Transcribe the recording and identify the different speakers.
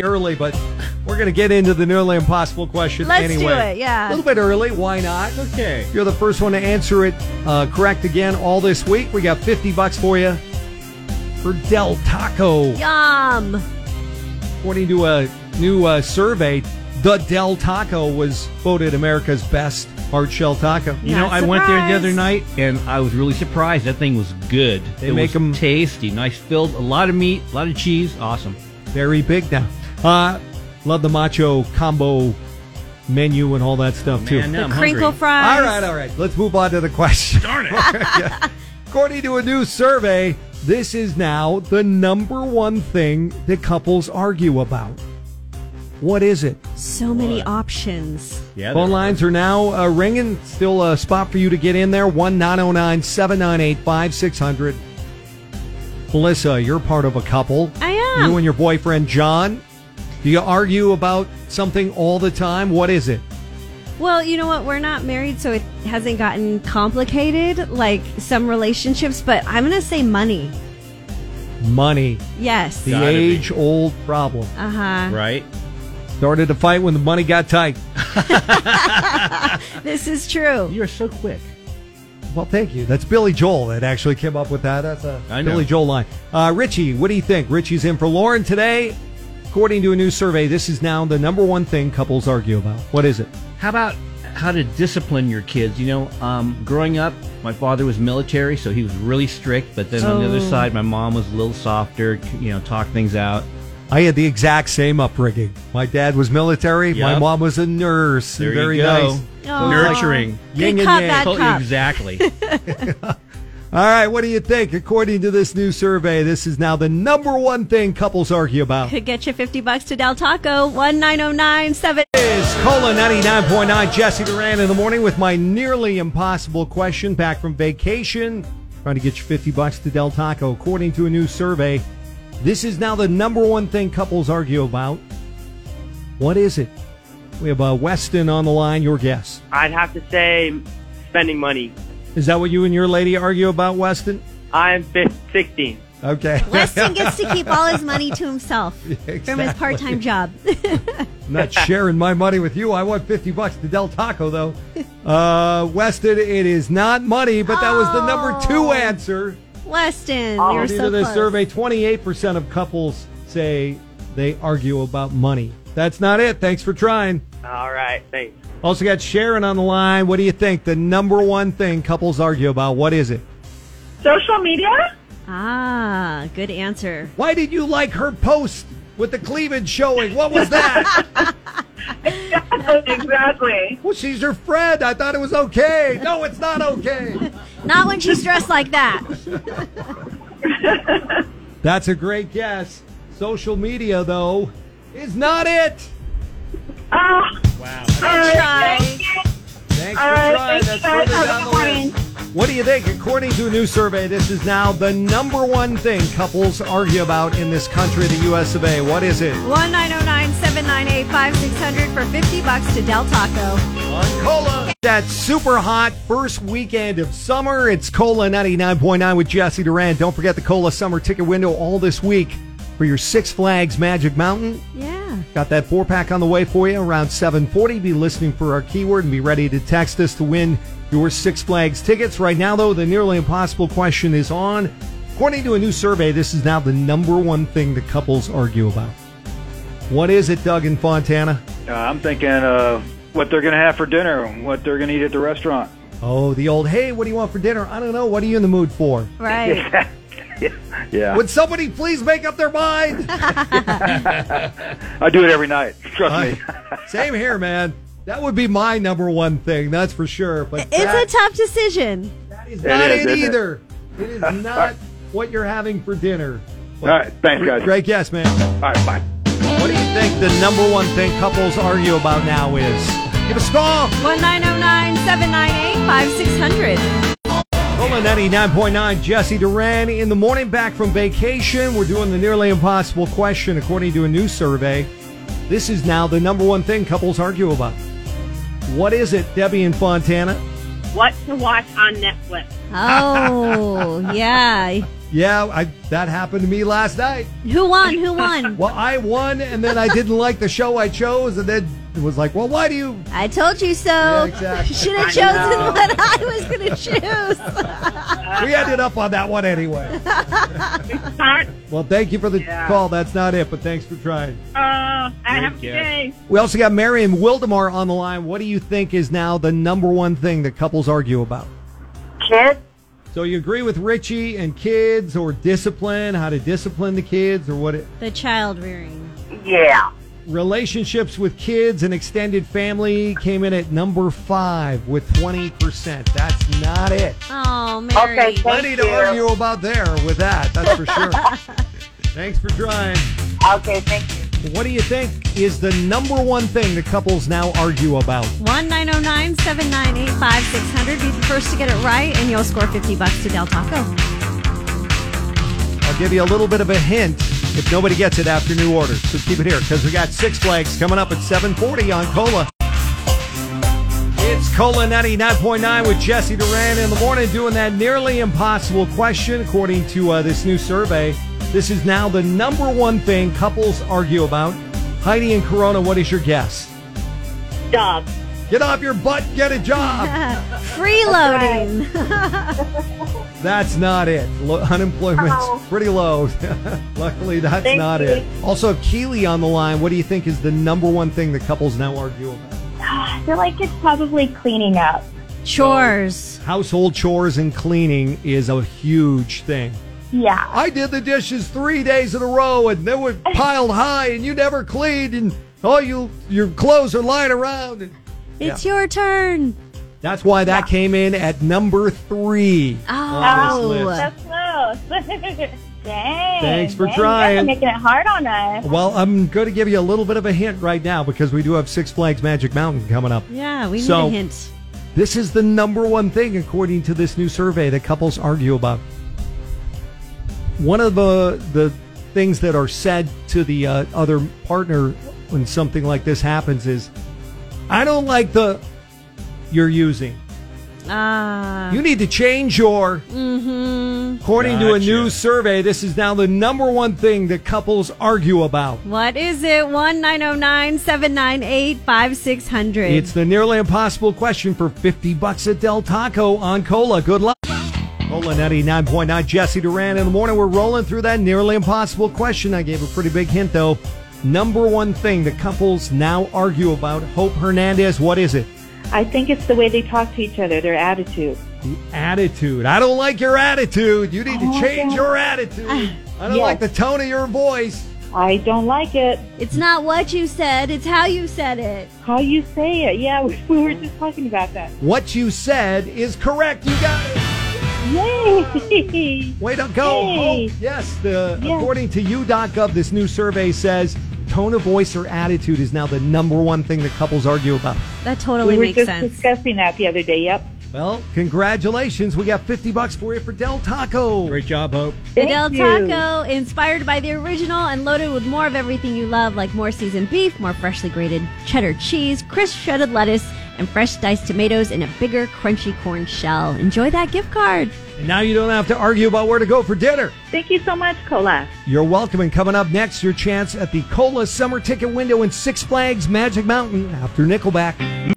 Speaker 1: early, but we're going to get into the nearly impossible question
Speaker 2: Let's do
Speaker 1: anyway.
Speaker 2: it,
Speaker 1: A
Speaker 2: yeah.
Speaker 1: little bit early. Why not?
Speaker 3: Okay.
Speaker 1: If you're the first one to answer it uh, correct again all this week, we got 50 bucks for you for Del Taco.
Speaker 2: Yum.
Speaker 1: According to a new uh, survey, the Del Taco was voted America's best hard shell taco.
Speaker 3: You know,
Speaker 2: Not
Speaker 3: I went there the other
Speaker 2: surprised.
Speaker 3: night and I was really surprised. That thing was good.
Speaker 1: They
Speaker 3: it
Speaker 1: make
Speaker 3: was
Speaker 1: 'em-
Speaker 3: tasty, nice filled, a lot of meat, a lot of cheese, awesome.
Speaker 1: Very big now. Uh, love the macho combo menu and all that stuff too.
Speaker 3: Man, now I'm
Speaker 2: Crinkle
Speaker 3: hungry.
Speaker 2: fries.
Speaker 1: All right, all right. Let's move on to the question.
Speaker 3: Darn it.
Speaker 1: According to a new survey, this is now the number one thing that couples argue about. What is it?
Speaker 2: So many options.
Speaker 3: yeah,
Speaker 1: Phone
Speaker 3: they're-
Speaker 1: lines are now uh, ringing. Still a spot for you to get in there. oh 1 909 798 5600. Melissa, you're part of a couple.
Speaker 2: I am.
Speaker 1: You and your boyfriend, John. Do you argue about something all the time? What is it?
Speaker 2: Well, you know what? We're not married, so it hasn't gotten complicated like some relationships, but I'm going to say money.
Speaker 1: Money.
Speaker 2: Yes.
Speaker 1: The
Speaker 3: Gotta be.
Speaker 1: age old problem.
Speaker 2: Uh huh.
Speaker 3: Right?
Speaker 1: Started to fight when the money got tight.
Speaker 2: This is true.
Speaker 3: You're so quick.
Speaker 1: Well, thank you. That's Billy Joel that actually came up with that. That's a
Speaker 3: I know.
Speaker 1: Billy Joel line. Uh, Richie, what do you think? Richie's in for Lauren today. According to a new survey, this is now the number one thing couples argue about. What is it?
Speaker 3: How about how to discipline your kids? You know, um, growing up, my father was military, so he was really strict. But then on the other
Speaker 2: Oh.
Speaker 3: side, my mom was a little softer. You know, talk things out.
Speaker 1: I had the exact same upbringing. My dad was military. My
Speaker 3: Yep.
Speaker 1: mom was a nurse. and
Speaker 3: There
Speaker 1: very
Speaker 3: you go.
Speaker 1: nice.
Speaker 2: Aw.
Speaker 3: Nurturing.
Speaker 1: Yin
Speaker 2: Oh. Good
Speaker 1: and
Speaker 2: cop,
Speaker 1: yang.
Speaker 2: bad
Speaker 3: Totally-
Speaker 2: cop.
Speaker 3: Exactly.
Speaker 1: All right, what do you think? According to this new survey, this is now the number one thing couples argue about.
Speaker 2: Could get you 50 bucks to Del Taco, 19097.
Speaker 1: is Cola 99.9 Jesse Duran in the morning with my nearly impossible question back from vacation. Trying to get you 50 bucks to Del Taco. According to a new survey, this is now the number one thing couples argue about. What is it? We have uh, Weston on the line. Your guess.
Speaker 4: I'd have to say spending money.
Speaker 1: Is that what you and your lady argue about, Weston?
Speaker 4: I'm fif- 16.
Speaker 1: Okay.
Speaker 2: Weston gets to keep all his money to himself from his part time job.
Speaker 1: I'm not sharing my money with you. I want 50 bucks to Del Taco, though. Uh, Weston, it is not money, but that was the number two
Speaker 2: Oh.
Speaker 1: answer.
Speaker 2: Weston,
Speaker 4: Oh.
Speaker 2: you're
Speaker 1: According to
Speaker 2: so
Speaker 1: this
Speaker 2: close.
Speaker 1: survey, 28% of couples say they argue about money. That's not it. Thanks for trying.
Speaker 4: All right, thanks.
Speaker 1: Also got Sharon on the line. What do you think? The number one thing couples argue about, what is it?
Speaker 5: Social media?
Speaker 2: Ah, good answer.
Speaker 1: Why did you like her post with the cleavage showing? What was that?
Speaker 5: exactly.
Speaker 1: well, she's your friend. I thought it was okay. No, it's not okay.
Speaker 2: Not when she's dressed like that.
Speaker 1: That's a great guess. Social media, though, is not it.
Speaker 5: Oh, all right.
Speaker 2: Try.
Speaker 5: Thank you.
Speaker 1: Thanks
Speaker 5: All
Speaker 1: for
Speaker 5: right. Thank
Speaker 1: trying.
Speaker 5: you
Speaker 1: That's
Speaker 5: guys.
Speaker 1: further
Speaker 5: Have
Speaker 1: down
Speaker 5: a
Speaker 1: the
Speaker 5: good morning.
Speaker 1: list. What do you think? According to a new survey, this is now the number one thing couples argue about in this country, the U.S. of A. What is it?
Speaker 2: One nine zero nine seven nine eight five six hundred for 50 bucks to Del Taco.
Speaker 1: Cola. That super hot first weekend of summer. It's Cola 99.9 with Jesse Duran. Don't forget the Cola summer ticket window all this week for your Six Flags Magic Mountain.
Speaker 2: Yeah.
Speaker 1: Got that four pack on the way for you around 740. Be listening for our keyword and be ready to text us to win your Six Flags tickets. Right now, though, the nearly impossible question is on. According to a new survey, this is now the number one thing that couples argue about. What is it, Doug and Fontana?
Speaker 6: Uh, I'm thinking uh, what they're going to have for dinner, what they're going to eat at the restaurant.
Speaker 1: Oh, the old, hey, what do you want for dinner? I don't know. What are you in the mood for?
Speaker 2: Right.
Speaker 6: Yeah,
Speaker 1: Would somebody please make up their mind?
Speaker 6: I do it every night. Trust me.
Speaker 1: Same here, man. That would be my number one thing, that's for sure. But that-
Speaker 2: It's a tough decision.
Speaker 1: It's not
Speaker 6: is,
Speaker 1: it,
Speaker 6: isn't it?
Speaker 1: either. it is not what you're having for dinner.
Speaker 6: All right, thanks, guys.
Speaker 1: Great guess, man.
Speaker 6: All right, bye.
Speaker 1: What do you think the number one thing couples argue about now is? Give us a call.
Speaker 2: One nine zero nine seven nine eight five six hundred.
Speaker 1: Cola 99.9, Jesse Duran in the morning back from vacation. We're doing the nearly impossible question according to a new survey. This is now the number one thing couples argue about. What is it, Debbie and Fontana?
Speaker 5: What to watch on Netflix?
Speaker 2: Oh, yeah.
Speaker 1: Yeah, I, that happened to me last night.
Speaker 2: Who won? Who won?
Speaker 1: Well, I won, and then I didn't like the show I chose, and then it was like, well, why do you?
Speaker 2: I told you so.
Speaker 1: exactly.
Speaker 2: Should have chosen what I was going to choose.
Speaker 1: We ended up on that one anyway.
Speaker 5: Hot.
Speaker 1: Well, thank you for the
Speaker 5: Yeah.
Speaker 1: call. That's not it, but thanks for trying.
Speaker 5: Uh, I have
Speaker 3: guess.
Speaker 5: to say,
Speaker 1: We also got Marion Wildemar on the line. What do you think is now the number one thing that couples argue about?
Speaker 5: kid,
Speaker 1: So you agree with Richie and kids or discipline, how to discipline the kids or what it,
Speaker 2: the child rearing.
Speaker 5: yeah.
Speaker 1: relationships with kids and extended family came in at number 5 with 20%. That's not it.
Speaker 2: Oh, Mary.
Speaker 5: Okay, thank-
Speaker 1: Plenty to
Speaker 5: you.
Speaker 1: argue about there with that. That's for sure. Thanks for trying.
Speaker 5: Okay, thank you.
Speaker 1: What do you think is the number one thing that couples now argue about?
Speaker 2: 1 909 798 5600. Be the first to get it right, and you'll score 50 bucks to Del Taco.
Speaker 1: I'll give you a little bit of a hint if nobody gets it after new orders. So keep it here because we got Six Flags coming up at 7:40 on Cola. It's Cola 99.9 with Jesse Duran in the morning doing that nearly impossible question according to uh, this new survey. This is now the number one thing couples argue about. Heidi and Corona, what is your guess?
Speaker 5: Dog.
Speaker 1: Get off your butt, get a job.
Speaker 2: Freeloading.
Speaker 1: That's not it. Lo- unemployment's
Speaker 5: Oh.
Speaker 1: pretty low. Luckily, that's
Speaker 5: Thank
Speaker 1: not
Speaker 5: you.
Speaker 1: it. Also, Keely on the line. What do you think is the number one thing that couples now argue about?
Speaker 7: I feel like it's probably cleaning up.
Speaker 2: Chores.
Speaker 1: Household chores and cleaning is a huge thing.
Speaker 7: Yeah.
Speaker 1: I did the dishes three days in a row, and they were piled high, and you never cleaned, and all you your clothes are lying around. And
Speaker 2: It's your turn.
Speaker 1: that's why that came in at number three. on this
Speaker 2: Oh.
Speaker 1: list.
Speaker 7: That's close. Dang.
Speaker 1: Thanks for
Speaker 7: dang, You guys
Speaker 1: trying.
Speaker 7: are making it hard on us.
Speaker 1: Well, I'm going to give you a little bit of a hint right now because we do have Six Flags Magic Mountain coming up.
Speaker 2: Yeah, we need
Speaker 1: So-
Speaker 2: a hint.
Speaker 1: This is the number one thing, according to this new survey, that couples argue about. One of the the things that are said to the uh, other partner when something like this happens is, "I don't like the you're using.
Speaker 2: Uh,
Speaker 1: You need to change your." According to a new
Speaker 3: Gotcha.
Speaker 1: survey, this is now the number one thing that couples argue about.
Speaker 2: what is it? oh 1 909 798 5600.
Speaker 1: It's the nearly impossible question for 50 bucks at Del Taco on Cola. Good luck. Cola 99.9, Jesse Duran. In the morning, we're rolling through that nearly impossible question. I gave a pretty big hint, though. Number one thing the couples now argue about. Hope Hernandez, what is it?
Speaker 8: I think it's the way they talk to each other, their attitude.
Speaker 1: The attitude. I don't like your attitude. You need to change your attitude. I don't
Speaker 8: Yes.
Speaker 1: like the tone of your voice.
Speaker 8: I don't like it.
Speaker 2: It's not what you said, it's how you said it.
Speaker 8: How you say it. Yeah, we, we were just talking about that.
Speaker 1: What you said is correct. You got it.
Speaker 8: Yay!
Speaker 1: Way to go.
Speaker 8: Yay.
Speaker 1: Hope. Yes, the
Speaker 8: Yes.
Speaker 1: according to you.gov, this new survey says tone of voice or attitude is now the number one thing that couples argue about.
Speaker 2: That
Speaker 8: we
Speaker 2: totally
Speaker 8: were
Speaker 2: makes
Speaker 8: just
Speaker 2: sense.
Speaker 8: discussing that the other day. Yep.
Speaker 1: Well, congratulations. We got 50 bucks for you for Del Taco.
Speaker 3: Great job, Hope.
Speaker 2: The
Speaker 8: Thank
Speaker 2: Del
Speaker 8: you.
Speaker 2: Taco, inspired by the original and loaded with more of everything you love, like more seasoned beef, more freshly grated cheddar cheese, crisp shredded lettuce, and fresh diced tomatoes in a bigger, crunchy corn shell. Enjoy that gift card.
Speaker 1: And now you don't have to argue about where to go for dinner.
Speaker 8: Thank you so much, Cola.
Speaker 1: You're welcome. And coming up next, your chance at the Cola Summer Ticket Window in Six Flags Magic Mountain after Nickelback.